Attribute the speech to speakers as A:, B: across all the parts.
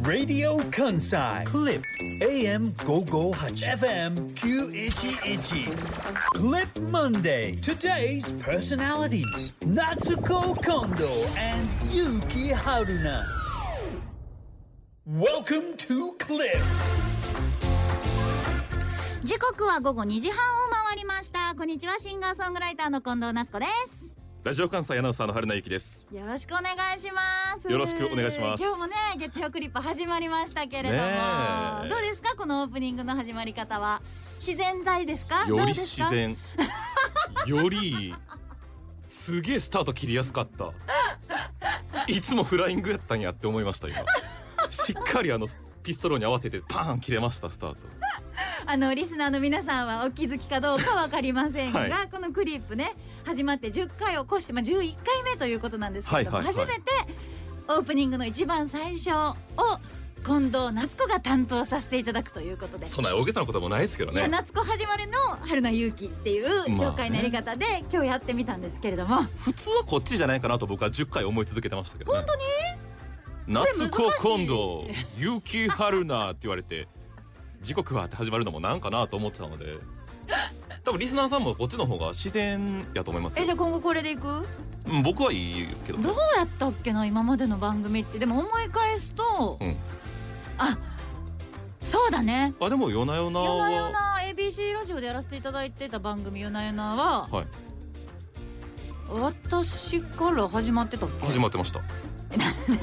A: ラディオ関西クリップ AM558FM911 Clip Monday Today's personality Natsuko Kondo and Yuki Haruna Welcome to Clip
B: 時刻は午後2時半を回りましたこんにちはシンガーソングライターの近藤夏子です
C: ラジオ関西アナウンサーの春名由紀です。
B: よろしくお願いします
C: よろしくお願いします
B: 今日もね月曜クリップ始まりましたけれども、
C: ねえ
B: どうですかこのオープニングの始まり方は自然大ですか
C: よ
B: どうで
C: り
B: す
C: 自
B: か
C: 然。 より。すげえスタート切りやすかった。いつもフライングやったんやって思いました、今。 しっかりあのピストロに合わせてパーン切れました、スタート。
B: あのリスナーの皆さんはお気づきかどうかわかりませんが、
C: はい
B: このクリップね始まって10回を越して、まあ、11回目ということなんですけれども、
C: はいはいはい
B: 初めてオープニングの一番最初を近藤夏子が担当させていただくということで
C: そんな大げさなこともないですけど
B: いや
C: ね。
B: 夏子始まりの春菜勇気っていう紹介のやり方で、今日やってみたんですけれども
C: 普通はこっちじゃないかなと僕は10回思い続けてましたけど、ね。本当に夏
B: これ
C: 子
B: 難しい
C: 今度、結城春菜って言われて、時刻はって始まるのもなんかなと思ってたので、多分リスナーさんもこっちの方が自然やと思いますよ
B: えじゃあ今後これでいく
C: うん僕はいいけど
B: どうやったっけな今までの番組ってでも思い返すと、
C: うん
B: あそうだね
C: あでも夜な夜な
B: 夜な夜
C: は
B: な ABC ラジオでやらせていただいてた番組「夜な夜な」は
C: はい
B: 私から始まってたっけ
C: 始まってました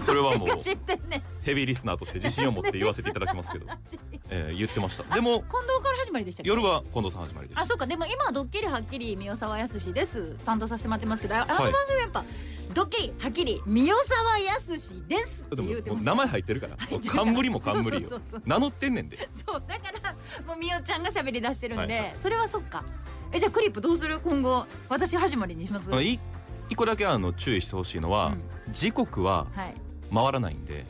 C: それ はもう
B: 知ってんねん、
C: ヘビーリスナーとして自信を持って言わせていただきますけど
B: 近藤
C: えー言ってましたでも
B: から始まりでしたっけ
C: 夜は近藤さん始まりです
B: あそうかでも今はドッキリはっきり三代沢靖です担当させてもらってますけどああの
C: は
B: 番
C: い
B: 組やっぱ、ドッキリはっきり三代沢靖ですって
C: で
B: 言うてま
C: ももう
B: す
C: 名前入ってるから
B: 入ってるから
C: 冠も冠よ
B: そうそうそうそう
C: 名乗ってんねんで
B: そうだからもう三代ちゃんが喋り出してるんで、
C: はいは
B: それはそっかえじゃあクリップどうする今後私始まりにします
C: あのい一個だけあの注意してほしいのは、時刻は
B: はい
C: 回らないんで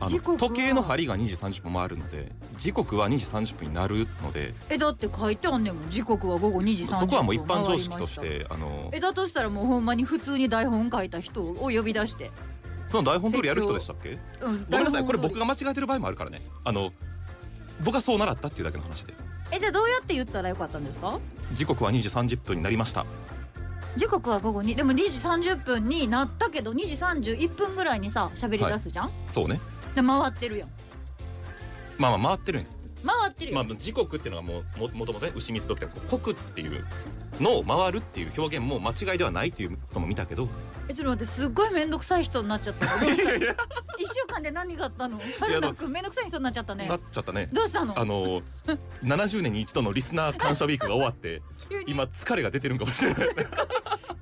C: あ
B: 時刻は
C: の時計の針が2時30分回るので時刻は2時30分になるので
B: えだって書いてあんねんもん時刻は午後2時30分
C: そこはもう一般常識とし
B: 回りま
C: てあの
B: たえだとしたらもうほんまに普通に台本書いた人を呼び出して
C: その台本通りやる人でしたっけ
B: うん
C: ごめんな
B: 台
C: さい
B: 本
C: これ僕
B: 通
C: が間違えてる場合もあるからねあの僕はそう習ったっていうだけの話で
B: りえじゃあどうやって言ったらよかったんですか
C: 時刻は2時30分になりました
B: 時刻は午後にでも2時30分になったけど2時31分ぐらいにさ喋り出すじゃん、
C: そうね
B: で回ってるやん
C: まあまあ回ってるんや
B: 回ってる
C: ま
B: よ、
C: あ時刻っていうのがもうももともとね牛水時計こう刻っていうのを回るっていう表現も間違いではないっていうことも見たけど
B: えちょっと待ってすっごい面倒くさい人になっちゃったどうしたの一週間で何があったの春菜くん面倒くさい人になっちゃったね
C: なっちゃったね
B: どうしたの
C: あのー70年に一度のリスナー感謝ウィークが終わって
B: 急に
C: 今疲れが出てるんかもしれないですね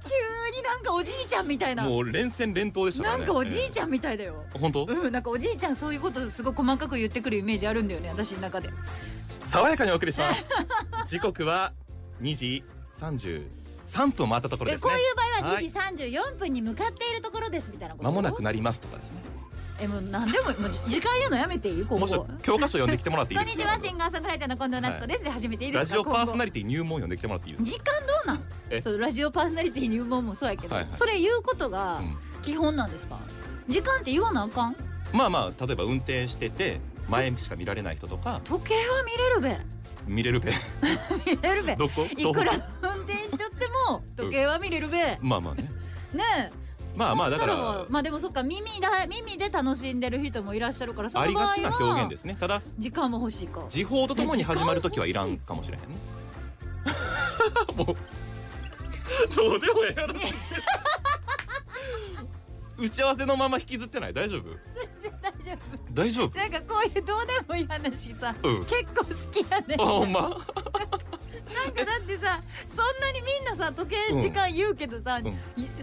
B: 急になんかおじいちゃんみたいな
C: もう連戦連闘でしたから
B: な
C: ね
B: んかおじいちゃんみたいだよ、
C: えー本当
B: うん、なんかおじいちゃんそういうことすごい細かく言ってくるイメージあるんだよね私の中で
C: 爽やかにお送りします 時刻は2時33分を回ったところ
B: え
C: です
B: こ
C: ね
B: ういう場合は
C: はい
B: 2時34分に向かっているところですみたいなこと
C: 間もなくなりますとかですね
B: えもう何でももうじ時間言うのやめていい今
C: もし
B: 後
C: 教科書読んできてもらっていい
B: こ
C: で
B: ん
C: す
B: に
C: か
B: ちはシンガーソングライターの近藤夏子です、で始めていいです
C: ラ
B: か
C: ジオパーソナ
B: リ
C: リティ入門読んできてもらっていいですか
B: 時間どうなん
C: え
B: そうラジオパーソナリティ入門もそうやけど、
C: はいはい
B: それ言うことが
C: うん
B: 基本なんですか、時間って言わなあかん
C: まあまあ例えば運転してて前しか見られない人とか
B: 時計は見れるべ
C: 見れるべ
B: 見れるべ
C: どこ
B: いくら
C: どこ
B: 運転しとっても時計は見れるべ、ね
C: まあまあね
B: え
C: まあまあだか
B: そんなの
C: ら
B: まあでもそっか耳だ耳で楽しんでる人もいらっしゃるからそ
C: あ
B: の
C: り
B: 場合
C: がちな表現
B: は
C: ですねただ
B: 時間も欲しいか
C: 時報とともに始まるときはいらんかもしれへんね もうどうでもええやろそれ打ち合わせのまま引きずってない大丈夫
B: 大丈夫
C: 大丈夫
B: なんかこういうどうでもいい話さ
C: うん
B: 結構好きやね
C: あほんま
B: なんかだってさそんなにみんなさ時計時間言うけどさ、
C: ん
B: い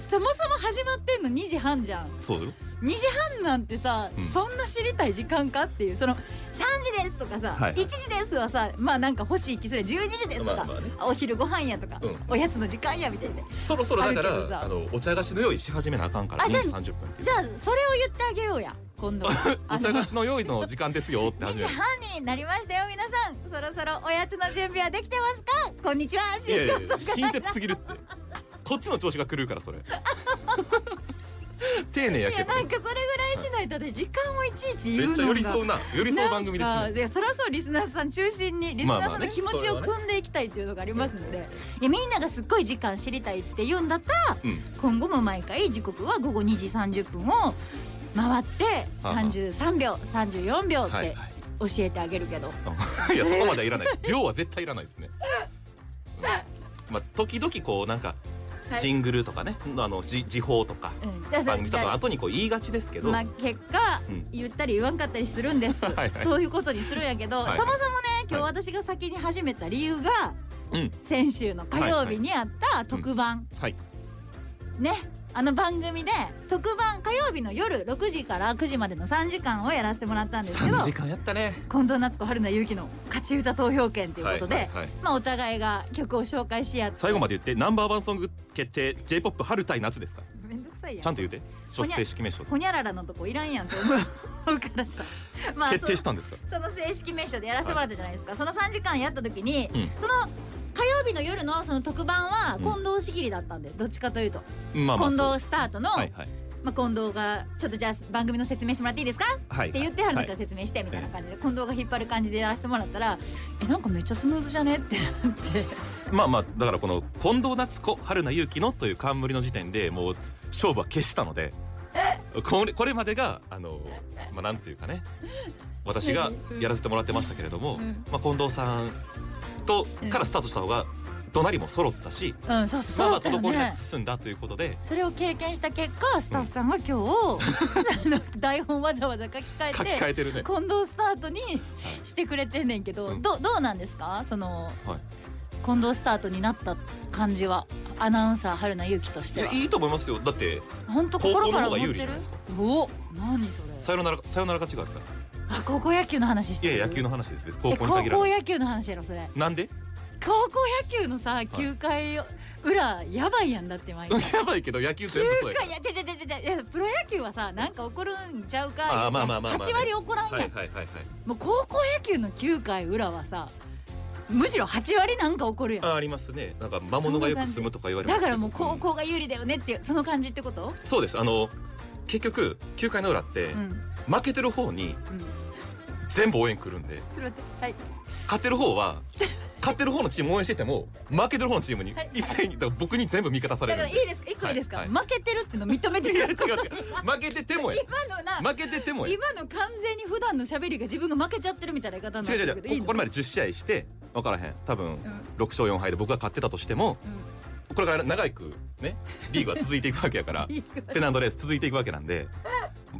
B: そもそも始まってんの2時半じゃん
C: そうよ
B: 2時半なんてさ、
C: うん
B: そんな知りたい時間かっていうその3時ですとかさ、
C: はい
B: 1時ですはさまあなんか欲しい気する12時ですとか、
C: まあまあね
B: お昼ご飯やとか、
C: うん
B: おやつの時間やみたいな
C: そろそろだか
B: あるけど
C: ら
B: さ
C: あのお茶菓子の用意し始めなあかんから
B: あ
C: 2
B: じゃあ
C: 時30分っていう
B: じゃあそれを言ってあげようや今度
C: お茶菓子の用意の時間ですよって
B: 2
C: 始
B: 時
C: める
B: 半になりましたよ皆さんそろそろおやつの準備はできてますかこんにちはい
C: やいやいや親切すぎるってこっちの調子が狂うから それ丁寧や
B: い
C: け
B: や
C: ど
B: なんかそれぐらいしないとだって時間をいちいち言う
C: めっ
B: の
C: ち
B: が
C: ゃ寄り添うな寄り添う番組です
B: なん
C: ね
B: かいやそらそうリスナーさん中心にリスナーさんの気持ちを組んでいきたいっていうのがありますので、いやみんながすっごい時間知りたいって言うんだったら
C: うん
B: 今後も毎回時刻は午後2時30分を回って
C: あは
B: 33秒34秒っ
C: はい
B: て
C: はい
B: 教えてあげるけど、
C: うん いやそこまではいらないです量は絶対いらないですね、うんまあ時々こうなんか
B: はい
C: ジングルとかね、あのじ時報とか
B: うんだからそれ
C: 番組とか後にこう言いがちですけど、
B: まあ結果、
C: うん
B: 言ったり言わんかったりするんです
C: はいはい
B: そういうことにするんやけど、
C: はいはい
B: そもそもね今日私が先に始めた理由が、
C: うん
B: 先週の火曜日にあった特番、
C: はい
B: ねあの番組で特番火曜日の夜6時から9時までの3時間をやらせてもらったんですけど
C: 3時間やったね
B: 近藤夏子春菜結城の勝ち歌投票権ということで、
C: はいはいはい
B: まあお互いが曲を紹介し合って
C: 最後まで言ってナンバーワンソング決定 j p o p 春対夏ですか
B: めんどくさいやん
C: ちゃんと言って
B: ほ
C: 出
B: にゃ
C: 正式名称
B: ほにゃららのとこいらんやんと思うから さまあ
C: 決
B: そ
C: 定したんですか
B: その正式名称でやらせてもらったじゃないですか、その3時間やった時に、
C: うん
B: その火曜日の夜のその特番は
C: うん
B: 近藤仕切りだったんで、どっちかというと、
C: まあまあ
B: 近
C: そう
B: 藤スタートの、
C: はいはい
B: まあ、近藤が「ちょっとじゃあ番組の説明してもらっていいですか?」
C: はい
B: って言ってはるんだから説明してみたいな感じで、近藤が引っ張る感じでやらせてもらったら「えなんかめっちゃスムーズじゃね?」ってなって
C: まあまあだからこの近藤夏子春名結城のという冠の時点でもう勝負は消したのでこれこれまでがあのまあなんていうかね私がやらせてもらってましたけれど
B: う
C: も、
B: ん
C: まあ、近藤さんと
B: うん
C: からスタートした方が怒鳴りも揃ったし、
B: うんそう
C: まあ
B: そ
C: ま
B: う
C: あ
B: だよ
C: 滞りな
B: ね
C: く。進んだということで
B: それを経験した結果スタッフさんが今日、あの 台本わざわざ書き換えて
C: 書き換えてるね。
B: 近藤スタートにしてくれてんねんけど、
C: うん
B: どどうなんですかその、
C: はい
B: 近藤スタートになった感じはアナウンサー春名由紀とし
C: い
B: て
C: や
B: はい
C: いと思いますよだって
B: 本当心から
C: 高校の
B: 思
C: 方
B: って
C: が有利
B: る
C: じゃないですか
B: お何それ
C: さよならさよなら勝ちがあるから
B: あ高校野球の話してる
C: いや野球の話です別に高
B: え
C: 校に限ら
B: 高
C: な
B: 校
C: い
B: 野球の話やろそれ
C: なんで
B: 高校野球のさ9回裏やばいやんだって毎回。
C: やばいけど野球 全部そう
B: 9
C: やか
B: 回
C: ら
B: いやちゃちゃちゃちゃいやプロ野球はさなんか怒るんちゃうか
C: あーまあまあまあまあ
B: 8割怒らんやん、
C: はいはいはいはい
B: もう高校野球の9回裏はさむしろ8割なんか怒るやん
C: あありますねなんか魔物がよく住むとか言われます
B: だ
C: け
B: か
C: ど
B: らもう高
C: ん
B: 校が有利だよねっていうその感じってこと、
C: そうですあの結局9回の裏って、
B: うんうん、
C: 負けてる方
B: ち
C: に
B: ょっ
C: 全部応援来るんで
B: と待ってはい
C: 勝ってる 方は勝ってる方のチーム応援してても負けてる方のチームに
B: はい
C: 一斉にだから僕に全部味方され
B: だか
C: る
B: ら
C: ん
B: いい
C: で
B: ですか一個いいですか、
C: はい
B: 負けてるっての認めて
C: いや違う違
B: る
C: う負けててもや
B: 今のな
C: 負けててもや
B: 今の完全に普段の喋りが自分が負けちゃってるみたいな言い方にな
C: 違う
B: って
C: 違
B: るけ
C: う
B: ど
C: 違
B: いういの
C: ここれまで10試合して分からへん多分
B: うん
C: 6勝4敗で僕が勝ってたとしても
B: う
C: これから長くねリーグは続いていくわけやから
B: んいい
C: ペナントレース続いていくわけなんで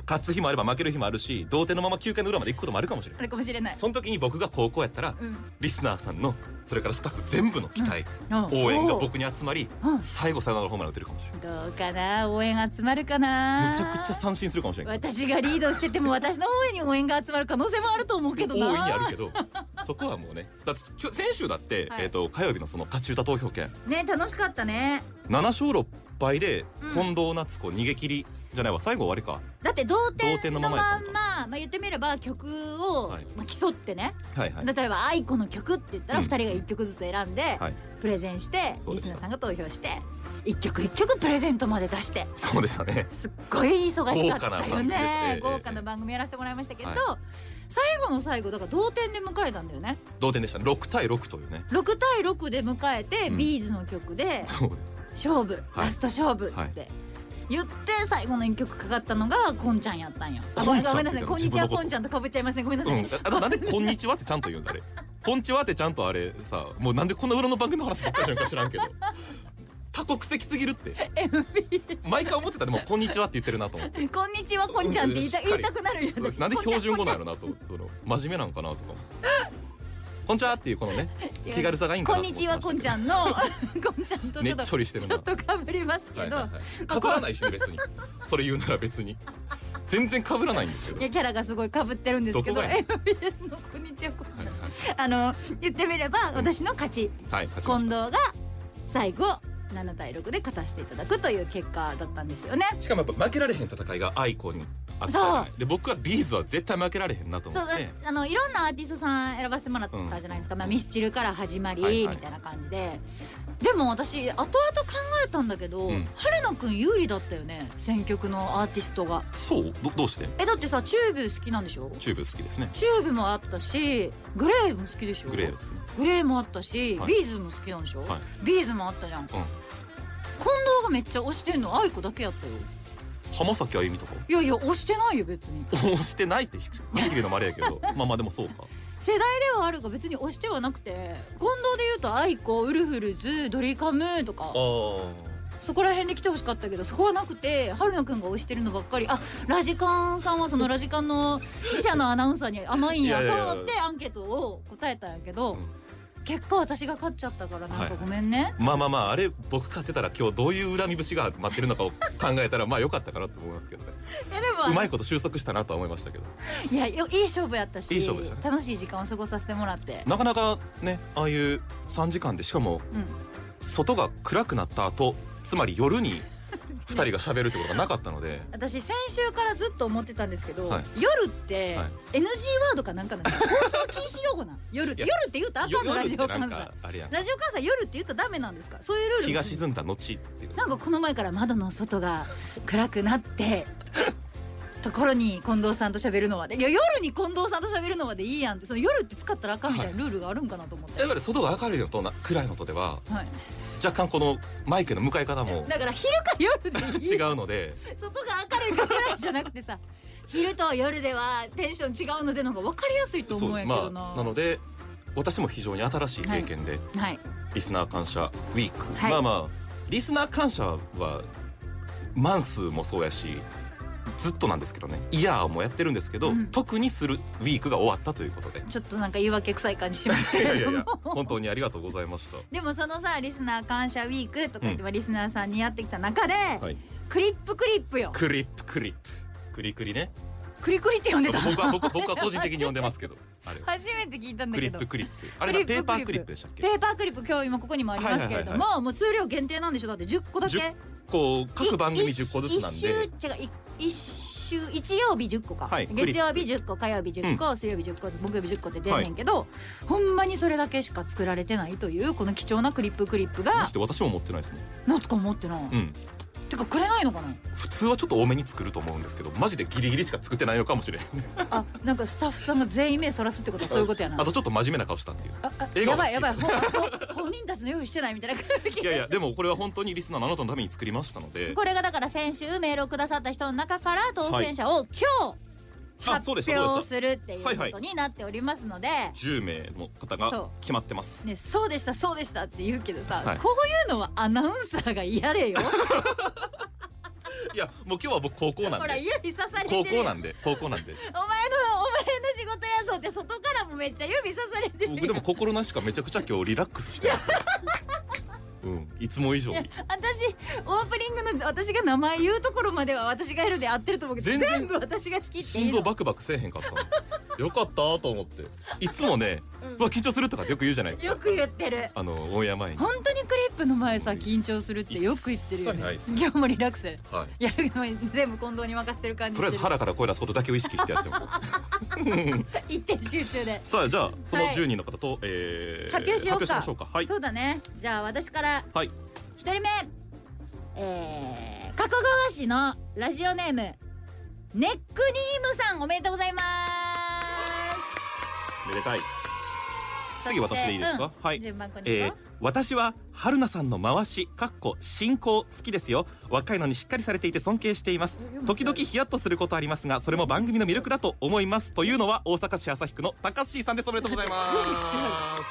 C: 勝つ日もあれば負ける日もあるし同点のまま9回の裏まで行くこともあるかもしれな
B: あ
C: い
B: れかもしれない
C: その時に僕が高校やったら
B: うん
C: リスナーさんのそれからスタッフ全部の期待、
B: うん
C: 応援が
B: おう
C: 僕に集まり
B: うん
C: 最後サヨナラホームラン打てるかもしれない
B: どうかな応援集まるかな
C: むちゃくちゃ三振するかもしれない
B: 私がリードしてても私の方に応援が集まる可能性もあると思うけ
C: 大
B: ど
C: いに
B: な
C: あるけどそこはもうねだって今日先週だって、
B: はい
C: えー、と火曜日のその勝ち歌投票権
B: ね楽しかったね
C: 7勝6敗で
B: うん
C: 近藤夏子逃げ切りじゃないわ最後終わりか
B: だって同点
C: 同点
B: の
C: の
B: ま
C: ま
B: んま
C: まやったんだ
B: まあ、言ってみれば曲を、
C: はい
B: まあ、競ってね、
C: はいはい
B: 例えば「愛子の曲」って言ったら
C: う
B: 2
C: ん
B: 人が1曲ずつ選んで、
C: はい
B: プレゼンして
C: そう
B: リ
C: で
B: ス
C: した
B: ナーさんが投票して1曲1曲プレゼントまで出して
C: そうでしたね
B: すっごい忙しかった
C: 豪華な番
B: よ
C: 組でしたえ
B: ね
C: え
B: 豪華な番組やらせてもらいましたけど、
C: はい
B: 最後の最後だから同点で迎えたんだよね
C: 同点でした6対6というね
B: 6対6で迎えて、
C: うん
B: ビーズの曲で
C: そうです
B: 勝負、
C: はい
B: ラスト勝負って、
C: はい
B: 言って最後の一曲かかったのがこんちゃんやったんよあ
C: こ
B: ごめ
C: ん
B: ん
C: ちゃん
B: なさいこんにちは
C: 自分のこと
B: こんちゃんとかぶっちゃいますねごめんなさ
C: う
B: い、
C: んあとなんで「こんにちは」ってちゃんと言うんだあれ「こんにちは」ってちゃんとあれさもうなんでこんな裏の番組の話ばっかりじゃんか知らんけど多国籍すぎるって
B: MB
C: 毎回思ってたでも「こんにちは」って言ってるなと思っ て
B: こんにちはこんちゃんって言いた
C: うんし
B: 言
C: っか
B: い
C: り
B: たくなるよ私
C: なんで標準語なん
B: こ
C: やろなとその真面目なんかなとかもこんにちはっていうこのね
B: 違う
C: 気軽さがいいんか
B: こ
C: なんと思
B: にち
C: ってま
B: は
C: した
B: こんちゃんのこんちゃんとち
C: ね
B: ょっ
C: っ
B: と
C: ちょりして
B: ち
C: る
B: ょ
C: な
B: っとかぶりますけど、
C: はいいはいはい、被らないしね別にそれ言うなら別に全然被らないんですけど、はい
B: やキャラがすごいかぶってるんですけど
C: どこがや
B: MBS のこんにちはこんちゃん
C: い
B: あの言ってみれば私の勝ち、
C: はい、はい、勝ち
B: 近
C: まし
B: 藤
C: た
B: が最後7対6で勝たせていただくという結果だったんですよね。
C: しかもやっぱ負けられへん戦いがアイコンにあったじゃないで僕はビーズは絶対負けられへんなと思
B: そ
C: っ
B: う
C: て
B: あのいろんなアーティストさん選ばせてもらったじゃないですか、まあ、ミスチルから始まり、
C: はいはい
B: みたいな感じででも私後々考えたんだけど、
C: うん
B: 春野くん有利だったよね選曲のアーティストが
C: そうどどうして
B: えだってさチューブ好きなんでしょ
C: チューブ好きですね
B: チューブもあったしグレーも好きでしょ
C: グレーですね
B: グレーもあったし、
C: はい
B: ビーズも好きなんでしょ、
C: はい
B: ビーズもあったじゃん、近藤がめっちゃ推してんの愛子だけやったよ
C: 浜崎あゆみとか
B: いやいや推してないよ別に
C: 押してないってはっきり言うのもあれや けどまあまあでもそうか
B: 世代ではあるが別に推してはなくて近藤で言うと愛子ウルフルズドリカムとか
C: あー
B: そこら辺で来てほしかったけどそこはなくて春野くんが推してるのばっかりあラジカンさんはそのラジカンの記者のアナウンサーに甘いんや
C: いやいやいや
B: と思ってアンケートを答えたんやけど、
C: うん
B: 結果私が勝っちゃったからなん
C: は
B: か
C: い
B: ごめんね、
C: まあまあまああれ僕勝ってたら今日どういう恨み節が待ってるのかを考えたらまあ良かったかなと思いますけどね
B: やれば
C: うまいこと収束したなとは思いましたけど
B: いやよいい勝負やったし
C: いい勝負でしたね
B: 楽しい時間を過ごさせてもらって、
C: なかなかねああいう3時間でしかも
B: うん、
C: 外が暗くなった後つまり夜に2人が喋るってことがなかった ので
B: 私先週からずっと思ってたんですけど、
C: はい
B: 夜って
C: はい
B: NG ワードかなんかなん ですよ放送禁止用語なん夜って
C: いや
B: 夜って言うとあかんの
C: 夜
B: ラ
C: っ
B: ジ
C: て
B: オ
C: な
B: 関
C: ん
B: 西
C: かあれやん
B: ラジオ関西夜って言ったらダメなんですかそういうルール
C: 日が沈んだ後っていう
B: なんかこの前から窓の外が暗くなって ところに近藤さんと喋るのはでいや夜に近藤さんと喋るのはでいいやんってその夜って使ったらあかんみたいなルールがあるんかなと思って、
C: やっぱり外が明るいのとな暗いのとでは
B: はい、
C: 若干このマイクの向かい方も
B: だから昼か夜でいい
C: 違うので
B: 外が明るいか暗いじゃなくてさ 昼と夜ではテンション違うのでの方が分かりやすいと思
C: そうう
B: や
C: んです
B: けど
C: ま
B: な,、
C: あなので私も非常に新しい経験で、
B: はい
C: リスナー感謝ウィーク、
B: はい
C: まあまあリスナー感謝はマンスもそうやしずっとなんですけどねイヤーもやってるんですけ
B: う
C: ど、
B: ん
C: 特にするウィークが終わったという ことで
B: ちょっとなんか言い訳臭い感じします
C: い
B: け
C: やい
B: れど
C: やい
B: も
C: や本当にありがとうございました
B: でもそのさリスナー感謝ウィークとか言って、リスナーさんにやってきた中で、
C: はい
B: クリップクリップよ
C: クリップクリップクリクリね
B: クリクリって呼んで た
C: 僕は僕は僕は個人的に呼んでますけどあれは
B: 初めて聞いたんだ
C: ク
B: け
C: リッ
B: ど
C: プクリップあれ
B: クリ
C: は
B: ップ
C: ペーパー
B: ク
C: ク
B: リ
C: リ
B: ッ
C: ッ
B: プ
C: プでしたっけ
B: ペーパークリップ今日今ここにもありますけれども、
C: はいは
B: もう数量限定なんでしょだって10個だけ
C: 10こう各番組10個ずつなんで
B: 一週違うい一週一曜日10個か、
C: はい
B: 月曜日10個火曜日10個、水曜日10個木曜日10個って出んねんけど、ほんまにそれだけしか作られてないというこの貴重なクリップクリップ
C: ま
B: が
C: して私も持ってないですもん
B: 夏子持ってない、
C: うん
B: てかくれないの かな
C: 普通はちょっと多めに作ると思うんですけどマジでギリギリしか作ってないのかもしれん
B: あなんかスタッフさんが全員目そらすってことはそういうことやな
C: あとちょっと真面目な顔したっていう
B: ああ
C: 笑
B: や
C: 顔
B: ばいやばいほんほん本人たちの用意してないみたいな感じ
C: いやいやでもこれは本当にリスナーのあなたのために作りましたので
B: これがだから先週メールをくださった人の中から当選者を今日
C: あ
B: 発
C: そうでしたそうでし
B: 表
C: た
B: するっていう
C: はい
B: こ
C: はい
B: とになっておりますので、
C: 10名の
B: そ
C: 方
B: う
C: が決まってま す
B: ね、そうでしたそうでしたって言うけどさ、
C: はい
B: こういうのはアナウンサーがやれ よ
C: いやもう今日は僕高校なん
B: ほら
C: で
B: 指刺されてる
C: 高
B: よ
C: 校なんで高校なんで
B: お前のお前の仕事やぞって外からもめっちゃ指刺されてる
C: 僕でも心なしかめちゃくちゃ今日リラックスして ますようんいつも以上
B: やん
C: に
B: いや私オープニングの私が名前言うところまでは私がやるで合ってると思うけど全
C: 全然
B: 部私が仕切っていい
C: 心
B: の
C: 臓バクバクせえへん かったのよかったと思っていつもね
B: うん
C: 「うわ緊張する」とかよく言うじゃないですか
B: よく言ってる
C: あのオンエア前に
B: 本当にクリップの前さ緊張するってよく言ってるよ
C: 一切ない
B: ね
C: ですね
B: 今日もリラックス
C: はい
B: やるのに全部近藤に任せてる感じ
C: とりあえず腹から声出すことだけを意識してやってます
B: 一点集中で
C: さあじゃあその
B: はい
C: 10人の方と、えー
B: 発表しようか
C: 発表しましょうかはい
B: そうだねじゃあ私から
C: はい
B: 一人目えー、加古川市のラジオネームネックニームさんおめでとうございま
C: めでたい
B: そして
C: 次私でいいですか、は
B: す
C: い
B: 順番こんにち
C: えー
B: は、
C: 私は春菜さんの回しかっこ進行好きですよ若いのにしっかりされていて尊敬しています時々ヒヤッとすることありますがそれも番組の魅力だと思いますというのは大阪市旭区の高橋さんですおめでとうございますあ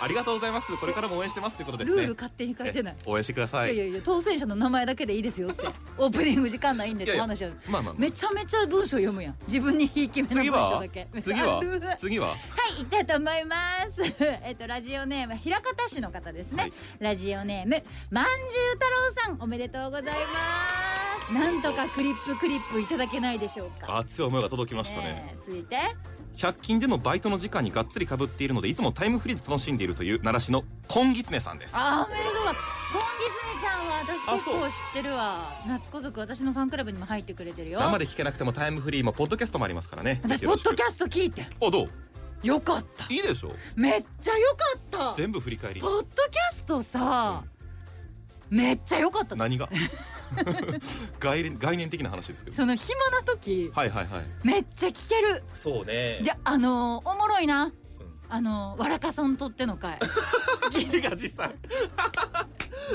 C: ありがとうございますこれからも応援してますということです
B: ル
C: ね
B: ール勝手に変えてない
C: え応援してください
B: いやいやいや当選者の名前だけでいいですよって オープニング時間ないんでっ
C: いや
B: て
C: いや
B: 話ある
C: まあまあ、ま
B: めちゃめちゃ文章読むやん自分にひいき目の
C: 次
B: 文章
C: は
B: だけ
C: 次
B: あるは
C: はい次は
B: 行きたいと思います えっとラジオネーム平方市の方ですね、
C: はい
B: ラジオネームまんじゅう太郎さんおめでとうございますなんとかクリップクリップいただけないでしょうか
C: 熱い思いが届きましたね
B: え続いて
C: 100均でのバイトの時間にがっつりかぶっているのでいつもタイムフリーで楽しんでいるという奈良市の金狐さんです
B: あーおめでとうコンビズネちゃんは私
C: あ
B: 結
C: そう
B: 構知ってるわ夏子族私のファンクラブにも入ってくれてるよ
C: 生で聞けなくてもタイムフリーもポッドキャストもありますからね
B: 私ポッドキ
C: ャ
B: ャスト聞いてん
C: ストあどう
B: よかった
C: いいでしょ
B: めっちゃよかった
C: 全部振り返り
B: ポッドキャストさ、めっちゃよかった
C: 何が概念概念的な話ですけど
B: その暇な時、
C: はいはいはい
B: めっちゃ聞ける
C: そうね
B: であのーおもろいな
C: うん
B: あのーわらかさんとっての回
C: 自画自賛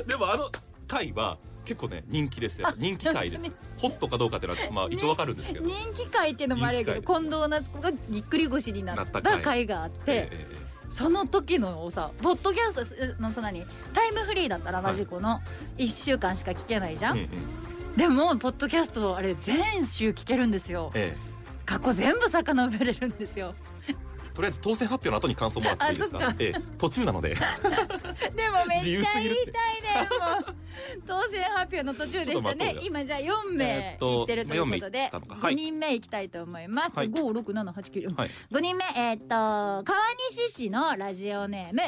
C: でもあの回は結構ね人気ですよ人気回です
B: 本
C: ホットかどうかっていうのはまあ一応わかるんですけど、
B: 人気回っていうのもあれやけど
C: 人気回
B: 近藤夏子がぎっくり腰にな
C: な
B: っ
C: った
B: た
C: 回
B: 回があっ
C: え
B: て、
C: ええ
B: その時のさポッドキャストのそんなにタイムフリーだったらラジコの1週間しか聞けないじゃ
C: ええ
B: ん、
C: うんうん
B: でもポッドキャストあれ全週聞けるんですよ
C: え
B: 過去全部遡れるんですよ
C: えとりあえず当選発表の後に感想もらっていいです
B: あそっ
C: か
B: か
C: ええ途中なので
B: でもめっちゃ言い
C: 自由
B: た
C: す
B: い
C: ぎ
B: ね
C: るって
B: もう当選発表の途中でした
C: ちょっと待
B: ね
C: とうよ
B: 今じゃあ4
C: えー
B: 名
C: っと
B: いってるということ
C: まあ
B: で
C: 4名いったのかは
B: 5
C: い
B: 人目いきたいと思います、
C: はい
B: 567895
C: はい
B: 人目えーっと川西市のラジオネーム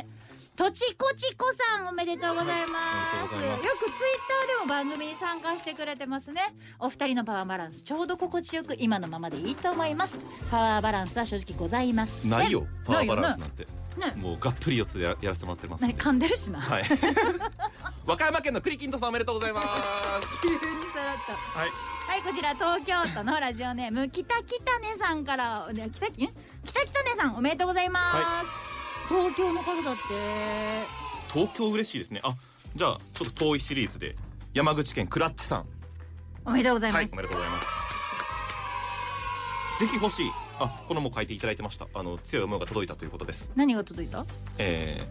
B: とちこちこさんおめでとうございます,、
C: おめでとうございます
B: よくツイッターでも番組に参加してくれてますねお二人のパワーバランスちょうど心地よく今のままでいいと思いますパワーバランスは正直ございません
C: ないよパワーバラン
B: な
C: スなんて
B: いよねね
C: もうがっぷり四つでややらせてもらってますん
B: 何
C: で
B: 噛んでるしな、
C: はい 和歌山県の栗きんとさんおめでとうございます
B: 急にさらっと
C: はい
B: はいこちら東京都のラジオネーム北北根さんからね北ん北北根さんおめでとうございます、
C: は
B: 東京の方だって
C: 東京嬉しいですねあじゃあちょっと遠いシリーズで山口県クラッチさん
B: おめでとうございま
C: はい
B: す、
C: おめでとうございますぜひ欲しいあこのもう書いていただいてましたあの強い思いが届いたということです
B: 何が届いた
C: え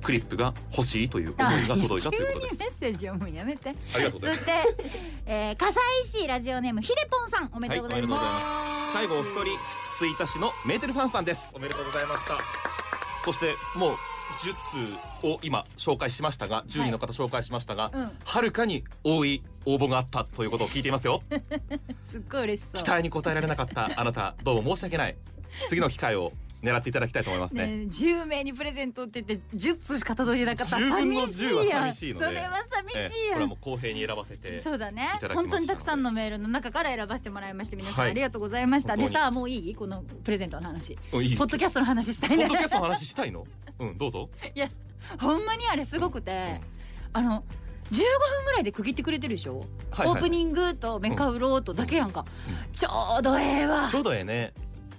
C: ー、クリップが欲しいという思いが届いたというこ
B: 急
C: と
B: に
C: です
B: メッセージをもうやめて
C: ありがとう
B: そ
C: ございま
B: し
C: す
B: て、えー、笠井市ラジオネームひでぽんさんおめでとうございます,、
C: はいおめでとう最後お一人吹田市のメーテルファンさんですおめでとうございましたそしてもう10通を今紹介しましたが10人の方紹介しましたが、
B: うん
C: はるかに多い応募があったということを聞いていますよ
B: すっごい嬉しそう
C: 期待に応えられなかったあなたどうも申し訳ない次の機会を狙っていただきたいと思いますね
B: ねえ、10名にプレゼントって言って10通しか届いてなかった
C: 10分の
B: 寂しいやん
C: 10は寂しいので
B: それは寂
C: ええ
B: しい
C: こ
B: や
C: れは
B: ん
C: もう公平に選ばせて
B: そうだね
C: いただきましたの
B: 本
C: で
B: 当にたくさんのメールの中から選ばせてもらいまして皆さん
C: はい
B: ありがとうございました、
C: 本
B: で
C: 当に
B: さあもういいこのプレゼントの話
C: うんいい
B: ポッドキャストの話したい
C: ポ
B: ね
C: ッドキャストの話したいのうんどうぞ
B: いやほんまにあれすごくて、あの15分ぐらいで区切ってくれてるでしょ、
C: はいはい
B: オープニングとメカウローとだけやんか、
C: う
B: ちょうどええわ
C: ちょうどええね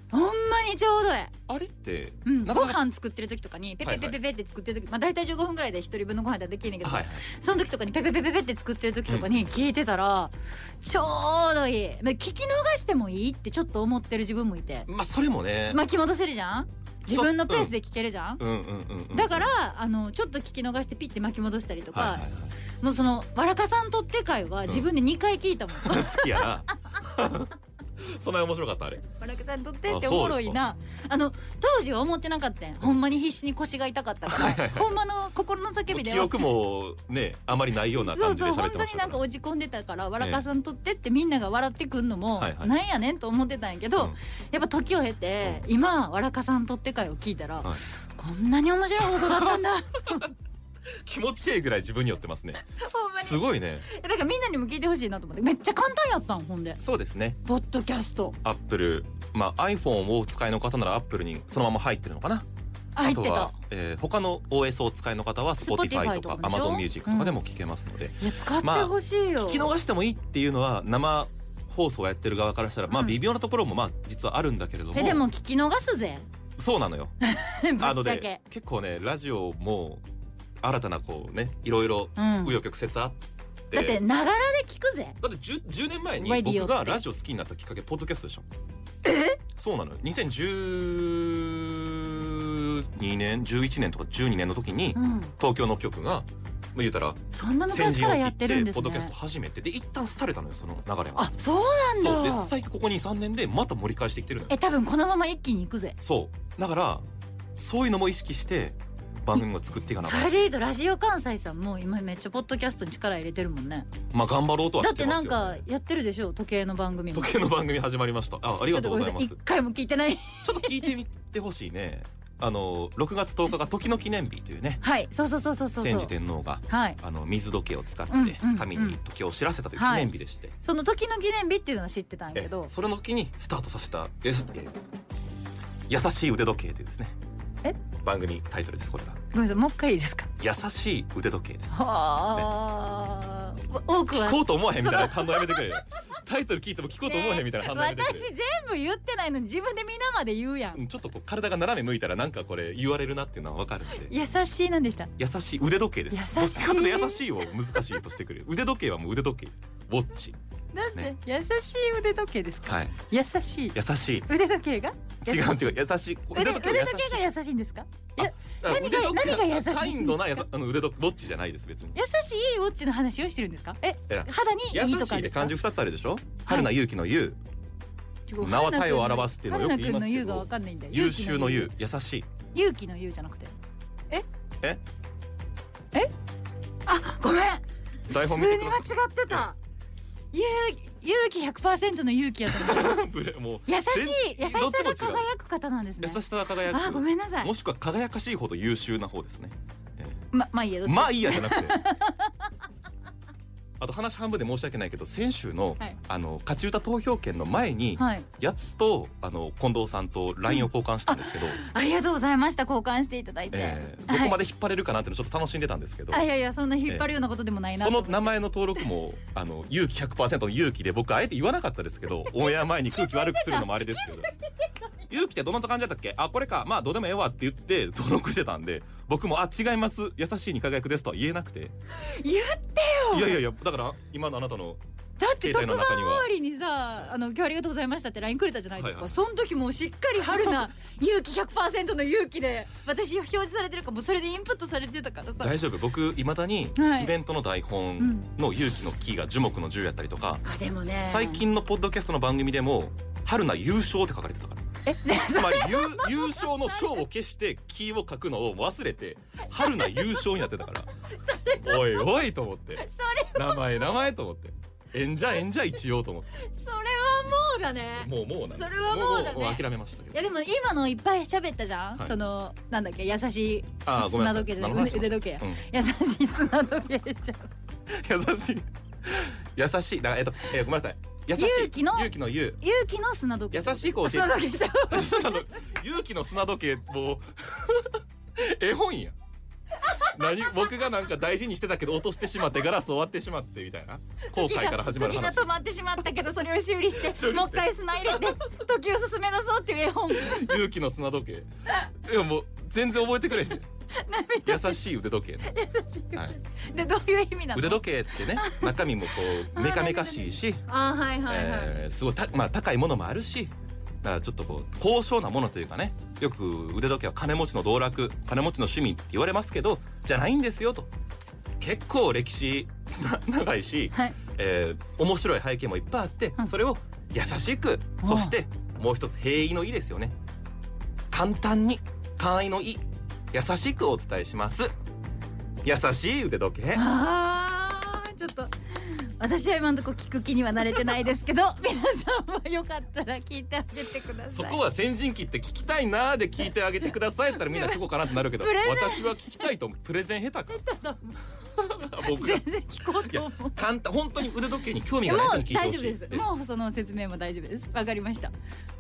B: ほんまにちょうどええ
C: あれって、
B: うん、
C: な
B: ご
C: かなか
B: 飯作ってる時とかにペペペペペって作ってる時、まあ大体15分ぐらいで一人分のご飯ができるんだけど、
C: はい
B: その時とかにペペペペペって作ってる時とかに聞いてたら、ちょうどいい、まあ、聞き逃してもいいってちょっと思ってる自分もいて
C: まあそれもね、
B: 巻き戻せるじゃん自分のペースで聞けるじゃん、
C: うんうんうん、うん、
B: だからあのちょっと聞き逃してピッて巻き戻したりとか、
C: はいはいはい
B: もうその「わらかさんとって会」は自分で2回聞 いたもん。
C: 好きやなそんなに面白かったあれ
B: わらかさんとってっておもろいなあの当時は思ってなかったんほんまに必死に腰が痛かったから、ほんまの心の叫びで
C: 記憶もねあまりないような
B: そ
C: 感
B: う
C: じで
B: そう
C: 喋
B: 本
C: って
B: 当
C: まし
B: にな
C: た
B: んか
C: から
B: 落ち込んでたから「わらかさんとって」ってみんなが笑ってくんのも
C: はいはい
B: なんやねんと思ってたんやけど、
C: うん
B: やっぱ時を経て、今「わらかさんとって」会を聞いたら、
C: はい
B: こんなに面白い放送だ ったんだ
C: 気持ちいいぐらい自分に寄ってますね
B: ほんまに
C: すごいね
B: だからみんなにも聞いてほしいなと思ってめっちゃ簡単やったんほんで
C: そうですね
B: ポッドキャスト
C: アップルまあ iPhone をお使いの方ならアップルにそのまま入ってるのかな
B: 入って
C: あと
B: た
C: は、えー他の OS をお使いの方は
B: Spotify
C: Spotify
B: と
C: と
B: か
C: か
B: でしょ
C: Amazon Music とかでも聞けますので、
B: いや使ってほしいよ、
C: 聞き逃してもいいっていうのは生放送をやってる側からしたらまあ
B: うん
C: 微妙なところもまあ実はあるんだけれども,、
B: えでも聞き逃す ぜ
C: そうなのよ
B: ぶ
C: あの
B: っちゃ
C: で
B: け
C: 結構ねラジオも新たなこうねいろいろ
B: うん
C: 紆余曲折あって、
B: だってながらで聞くぜ
C: だって 10, 10年前に
B: ラジオっ
C: 僕
B: て
C: がラジオ好きになったきっかけポッドキャストでしょえそうなのよ2013 12年11年とか12年の時に
B: うん、
C: 東京の局が、まあ、言うたら
B: そんな
C: 先
B: 昔
C: 陣
B: か
C: を
B: ら
C: 切
B: やっ
C: ってて
B: るんです
C: ポッドキャス
B: ね
C: ト始めてで一旦廃れたのよその流れは
B: あそう
C: そ
B: な
C: うで
B: んだ
C: 最近ここ23年でまた盛り返してきてるのよ
B: え多分このまま一気に行くぜ
C: そうだからそういうのも意識して番組を作っていかなあ
B: そ
C: かんし
B: れでいうとラジオ関西さんもう今めっちゃポッドキャストに力入れてるもんね
C: まあ頑張ろうとは
B: だ
C: し
B: ってて
C: ま
B: なん
C: すよ
B: かやってるでしょ時計の番組も
C: 時計の番組始まりましたあありがとうございます
B: ちょっとごめんなさ一回も聞いてない
C: ちょっと聞いてみてほしいねあの6月10日が時の記念日というね
B: はいそうそうそうそうそう
C: 天智天皇が
B: はい
C: あの水時計を使って
B: うんうんうん
C: 民に時計を知らせたという記念日でして、
B: その時の記念日っていうのは知ってたんや
C: え
B: けど
C: それの時にスタートさせたえすえ優しい腕時計というですね
B: え
C: 番組タイトルですこれが
B: ごめんなさいもう一回いいですか
C: 優しい腕時計です
B: はあ多くは
C: 聞こうと思わへんみたいな感動やめてくれよタイトル聞いても聞こうと思わへんみたいな反応やめてく
B: 私
C: れよ
B: 全部言ってないのに自分で皆まで言うや
C: うんんちょっとこう体が斜め向いたらなんかこれ言われるなっていうのは分かるんで
B: 優しいなんでした
C: 優しい腕時計です
B: 優しい
C: どっちかというと優しいを難しいとしてくれる腕時計はもう腕時計ウォッチ
B: なんで
C: ね
B: 優しい腕時計ですか
C: はい
B: 優しい
C: 優しい
B: 腕時計が
C: 違う違う優し
B: 腕時計
C: いは優しい
B: が優しいんですか
C: だから
B: 何が
C: 腕時計
B: 何が優しいんですか
C: カインドなやさあの腕時計ウォッチじゃないです別に
B: 優しいウォッチの話をしてるんですかえ
C: いや
B: 肌に
C: 優
B: いいと
C: し
B: か
C: いっ
B: です
C: て
B: か
C: 漢字二つあるでしょ、春名勇気の優名
B: 名
C: は体を表すっていうのをよく言いますけど
B: がわかんないんだよ
C: 優秀の優
B: 勇
C: 優しい
B: 気勇気の優じゃなくてえ
C: え
B: えあごめん
C: 台
B: 普
C: 本見
B: 通
C: て
B: に
C: く
B: 間違ってた勇勇気100%の勇気やと思った
C: ださいブレもう
B: 優しい
C: 全
B: 優しさが
C: どっちも違う
B: 輝く方なんですね
C: 優しさが輝く
B: あごめんなさい
C: もしくは輝かしいほど優秀な方ですね
B: ままあいいやどっち
C: まあいいやじゃ なくてあと話半分で申し訳ないけど先週の,、
B: はい
C: あの勝ち歌投票権の前に、
B: はい
C: やっとあの近藤さんと LINE を交換したんですけど、
B: ありがとうございました交換していただいて、
C: えーどこまで引っ張れるかなっていうのをちょっと楽しんでたんですけど、
B: はいあいやいやそんな引っ張るようなことでもないな
C: そ
B: と思
C: の
B: って、
C: 名前の登録もあの勇気100%の勇気で僕あえて言わなかったです けどオンエア前に空気悪くするのもあれですけど勇気ってどんな感じだったっけあこれかまあどうでもええわって言って登録してたんで僕もあ違います優しいに輝くですとは言えなくて
B: 言っ
C: いやいやいやだから今のあなたの
B: だって特
C: 携帯の
B: 番
C: 中に
B: 終
C: は
B: わりにさ「あの今日ありがとうございました」って LINE くれたじゃないですか、
C: はいはい
B: その時もうしっかり春菜勇気100%の勇気で私表示されてるからもうそれでインプットされてたからさ
C: 大丈夫僕いまだに
B: はい
C: イベントの台本の勇気のキーが樹木の銃やったりとか、
B: あでもね
C: 最近のポッドキャストの番組でも「春菜優勝」って書かれて たから。
B: え
C: つまり優優勝の賞を消してキーを書くのを忘れて春菜優勝になってたからおいおいと思って名前名前と思って演者演者一応と思って
B: それはもうだね
C: もうもうなんです
B: それはもうだね
C: も諦めましたけ
B: いや
C: ど
B: でも今のいっぱい喋ったじゃん、
C: はい
B: そのなんだっけ優しい
C: あーごめん
B: 砂
C: なさい
B: 時計じゃ
C: 何の
B: ない
C: 話
B: 腕時計や、
C: うん
B: 優しい砂時計じゃん
C: 優しい優しいだからえっと、えーごめんなさい優しい
B: 勇気の
C: 勇気の優
B: 勇気の砂時計
C: 優しい子教えて
B: 砂時計じゃん
C: あの勇気の砂時計もう 絵本や何僕がなんか大事にしてたけど落としてしまってガラスを割ってしまってみたいな後悔から始まる
B: 時が
C: 話
B: 時が止まってしまったけどそれを修理して
C: 修理して
B: もう一回砂入れて時を進め出そうっていう絵本
C: 勇気の砂時計いやもう全然覚えてくれへん優しい腕時計ね、はい、
B: でどういう意味なの
C: 腕時計ってね中身もこうメカメカしいし、
B: あーはいはいはい、
C: えーすごいた、まあ、高いものもあるしだからちょっとこう高尚なものというかねよく腕時計は金持ちの道楽金持ちの趣味って言われますけどじゃないんですよと結構歴史つな長いし、
B: はい
C: えー面白い背景もいっぱいあって、
B: うん
C: それを優しく
B: おう
C: そしてもう一つ平易の「い」ですよね簡単に簡易の「い」優しくお伝えします優しい腕時計
B: あーちょっと私は今のとこ聞く気には慣れてないですけど皆さんはよかったら聞いてあげてください
C: そこは先人期って聞きたいなーで聞いてあげてくださいやったらみんなそこかなってなるけど
B: プレゼン
C: 私は聞きたいと思うプレゼン下手か僕が
B: 全然聞こうと思う
C: 簡単本当に腕時計に興味
B: も
C: がな
B: う
C: い人に聞いて
B: 大
C: ほ
B: 丈
C: し
B: 夫
C: い
B: です。もうその説明も大丈夫です。わかりました。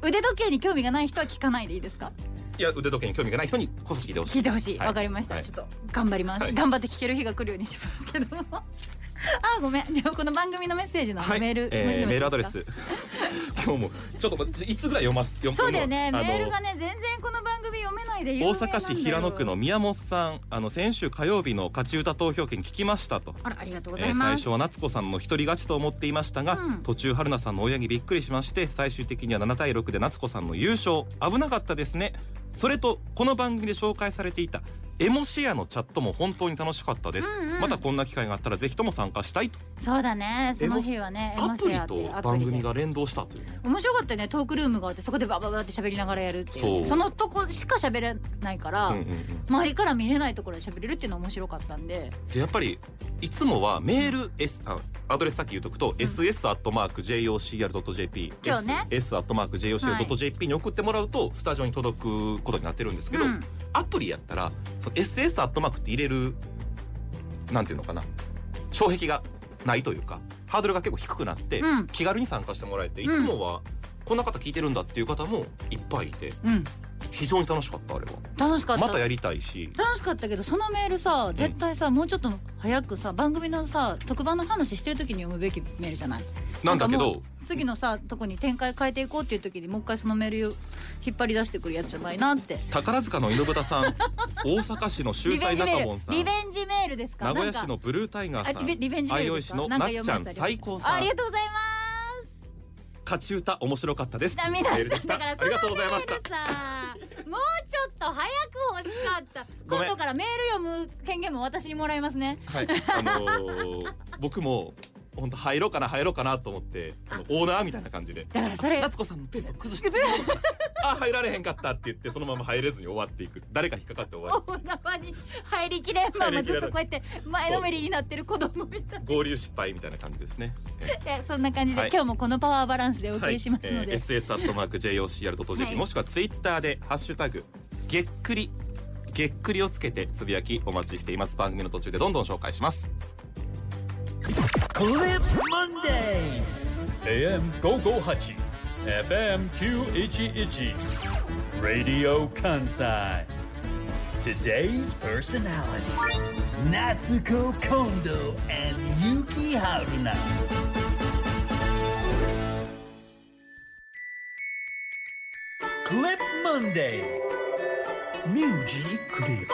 B: 腕時計に興味がない人は聞かないでいいですか。
C: いや腕時計に興味がない人にこそ聞いてほしい
B: 聞いてほしい。わ、
C: はい
B: かりました、
C: はい
B: ちょっと頑張ります、
C: はい
B: 頑張って聞ける日が来るようにしますけども。 あー、ごめん。でもこの番組のメッセージの
C: はい
B: メール、
C: えーメールアドレ
B: ですか。
C: ス 今日もちょっと待っていつぐらい読ます読む
B: そうだよね。
C: あの
B: メールがね全然この番組読めないないで有名
C: 大
B: なんだよ
C: 阪市平野区の宮本さんあの先週火曜日の勝ち歌投票券聞きましたと
B: あらありがとうござ
C: え
B: い
C: ー
B: ます、
C: 最初は夏子さんの独り勝ちと思っていましたが、
B: うん
C: 途中春菜さんの親にびっくりしまして最終的には7対6で夏子さんの優勝危なかったですねそれとこの番組で紹介されていたエモシェアのチャットも本当に楽しかったです、
B: うんうん
C: またこんな機会があったらぜひとも参加したいと
B: そうだねその日はね
C: アプリ
B: エモシェアってい
C: と
B: うアプリ
C: 番
B: で
C: 組が連動したというね
B: 面白かったよねトークルームがあってそこでバババって喋りながらやるっていう
C: そう
B: そのとこしか喋れないから、
C: うんうんうん
B: 周りから見れないところで喋れるっていうのは面白かったんで
C: でやっぱりいつもはメール、S、あアドレス先言うとくと、ss.jocr.jp
B: 今日ね
C: ss.jocr.jp に送ってもらうとスタジオに届くことになってるんですけど、
B: うん
C: アプリやったらその ss. って入れるなんていうのかな障壁がないというかハードルが結構低くなって、
B: うん
C: 気軽に参加してもらえてい
B: うん
C: つもはこんな方聞いてるんだっていう方もいっぱいいて
B: うん
C: 非常に楽しかったあれは。
B: 楽しかった
C: またやりたいし
B: 楽しかったけどそのメールさ絶対さ、もうちょっと早くさ番組のさ特番の話してる時に読むべきメールじゃない
C: なんだ
B: な
C: け
B: んか
C: ど
B: 次のさとこに展開変えていこうっていう時にもう一回そのメールを引っ張り出してくるやつじゃないなって
C: 宝塚の井戸田さん 大阪市の秀
B: リベン
C: 才
B: ジメ
C: 中
B: ー
C: 門
B: ル
C: さ
B: リ
C: ん
B: ベンジメールですか
C: 名古
B: な
C: 屋
B: ん
C: 市
B: か
C: のブルータイガー
B: あ
C: さ
B: リベリベン
C: ん
B: ジメー
C: 愛
B: ル
C: 用
B: です
C: 市
B: か
C: の
B: なん
C: な
B: か
C: っ
B: 読
C: ち
B: む
C: ゃ
B: や
C: ん
B: つあります
C: 最高さ
B: あ
C: ん
B: りがとうございま
C: 勝ち歌面白かったです
B: す涙
C: メー
B: 出し
C: ルで
B: た
C: し
B: だから
C: ありがとうございました
B: そのメールでさもうちょっと早く欲しかった
C: ごめ
B: 今
C: ん
B: 度からメール読む権限も私にもらいますね
C: はいあのー僕も本当入ろうかな入ろうかなと思ってあのオーナーみたいな感じで
B: だからそれ
C: 夏子さんのペースを崩して あ入られへんかったって言ってそのまま入れずに終わっていく誰か引っかかって終わ
B: お縄に入りきれんままずっとこうやって前のめりになってる子供みたい
C: り合流失敗みたいな感じですね
B: でそんな感じで、
C: はい
B: 今日もこのパワーバランスでお送
C: はい、
B: りしますので、
C: えー SS アットマーク JOCR.JP、
B: はい
C: もしくはツイッターでハッシュタグげっくりげっくりをつけてつぶやきお待ちしています番組の途中でどんどん紹介します
A: Clip Monday.
D: AM 558 FM
A: E
D: Q Radio Kansai. Today's person
A: Personality. Natsuko Kondo and Yuki Haruna. クリップ Monday. Music Clip.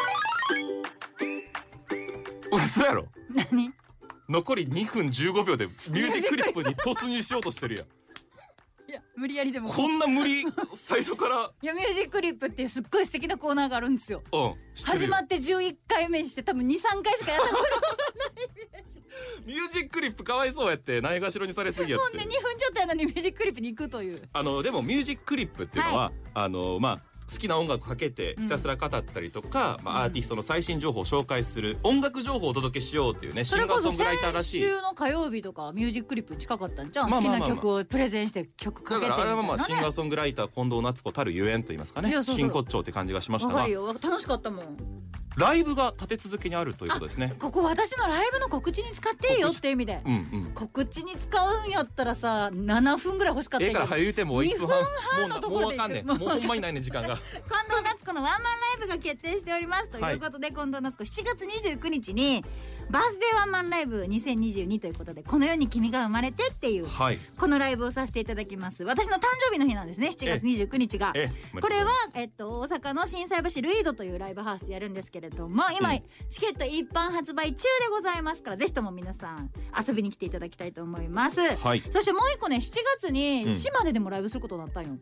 C: 嘘やろ
B: 何
C: 残り2分15秒でミュージックリップに突入しようとしてるやん
B: いや無理やりでも
C: こんな無理最初から
B: いやミュージックリップっていうすっごい素敵なコーナーがあるんですよ
C: うん知って
B: 始
C: るよ
B: まって11回目にして多分23回しかやったことない
C: ミュージックリップかわいそうやってないがしろにされすぎやっ
B: ほん
C: て
B: で2分ちょっとやのにミュージックリップに行くという
C: あのでもミュージックリップっていうのは、あのまあ好きな音楽かけてひたすら語ったりとか、まあ、アーティストの最新情報を紹介する音楽情報をお届けしようっていうねシ
B: そ
C: ンガ
B: れこ
C: ーソ
B: そ
C: ングライターら
B: 先
C: しい
B: 週の火曜日とかミュージックリップ近かったんじゃん、
C: まあまあまあまあ
B: 好きな曲をプレゼンして曲か
C: だ
B: け
C: か
B: てみたいな
C: らあれはまあ
B: ね
C: シンガーソングライター近藤夏子たるゆえんと言いますかね
B: いやそうそう
C: 真骨頂って感じがしました
B: わか
C: が
B: るよわ楽しかったもん
C: ライブが立て続けにあるということですね。
B: ここ私のライブの告知に使っていいよっていう意味で
C: うんうん、
B: 告知に使うんやったらさ7分ぐらい欲しかった
C: ええ
B: け
C: か
B: ど
C: ら早言うてもう1分半
B: 分半のと
C: も
B: ころ
C: うなもうわ
B: で
C: かんねんも
B: 行
C: う
B: く
C: ほんまにないねん時 間が
B: 近藤夏子のワンマンライブが決定しておりますということで、近藤夏子7月29日にバースデーワンマンライブ2022ということでこの世に君が生まれてっていう
C: はい
B: このライブをさせていただきます私の誕生日の日なんですね7月29日が
C: ええ
B: これは、えっと、大阪の心斎橋ルイードというライブハウスでやるんですけれども今、
C: う
B: チケット一般発売中でございますからぜひとも皆さん遊びに来ていただきたいと思います、
C: はい
B: そしてもう一個ね7月
C: う
B: に
C: ん
B: 島根でもライブすることになったんよ、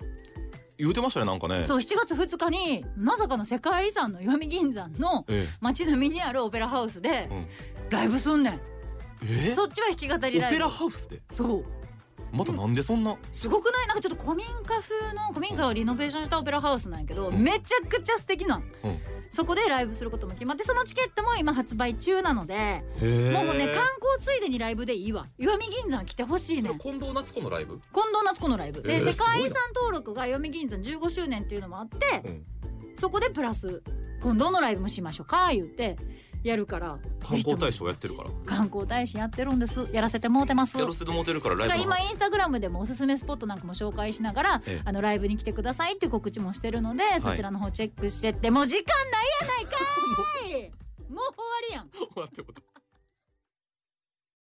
C: 言うてましたねなんかね
B: そう7月2日にまさかの世界遺産の石見銀山の
C: え
B: 街並みにあるオペラハウスで
C: えうん、
B: ライブすんねん、
C: え
B: そっちは弾き語り
C: オ
B: ライ
C: ペ
B: ブ
C: ラハウスで
B: そう
C: またなんでそんな、
B: すごくないなんかちょっと古民家風の古民家をリノベーションしたオペラハウスなんやけど、
C: うん
B: めちゃくちゃ素敵なん
C: うん
B: そこでライブすることも決まってそのチケットも今発売中なので
C: も
B: もうね観光ついでにライブでいいわ石見銀山来てほしいねん
C: 近藤夏子のライブ、
B: 近藤夏子のライブで、
C: えー
B: 世界遺
C: す
B: 産登録が石見銀山15周年っていうのもあって
C: うん、
B: そこでプラス近藤のライブもしましょうか言ってやるから
C: 観光大
B: 使
C: 使をやってるから
B: 観光大使やってるんですやらせてもうてます
C: やらせてもうてるからライ
B: だから
C: ブの
B: 今インスタグラムでもおすすめスポットなんかも紹介しながら、
C: ええ
B: あのライブに来てくださいっていう告知もしてるので、そちらの 方チェックしてってもう時間ないやないかいもう終わりやん
C: 終わってこと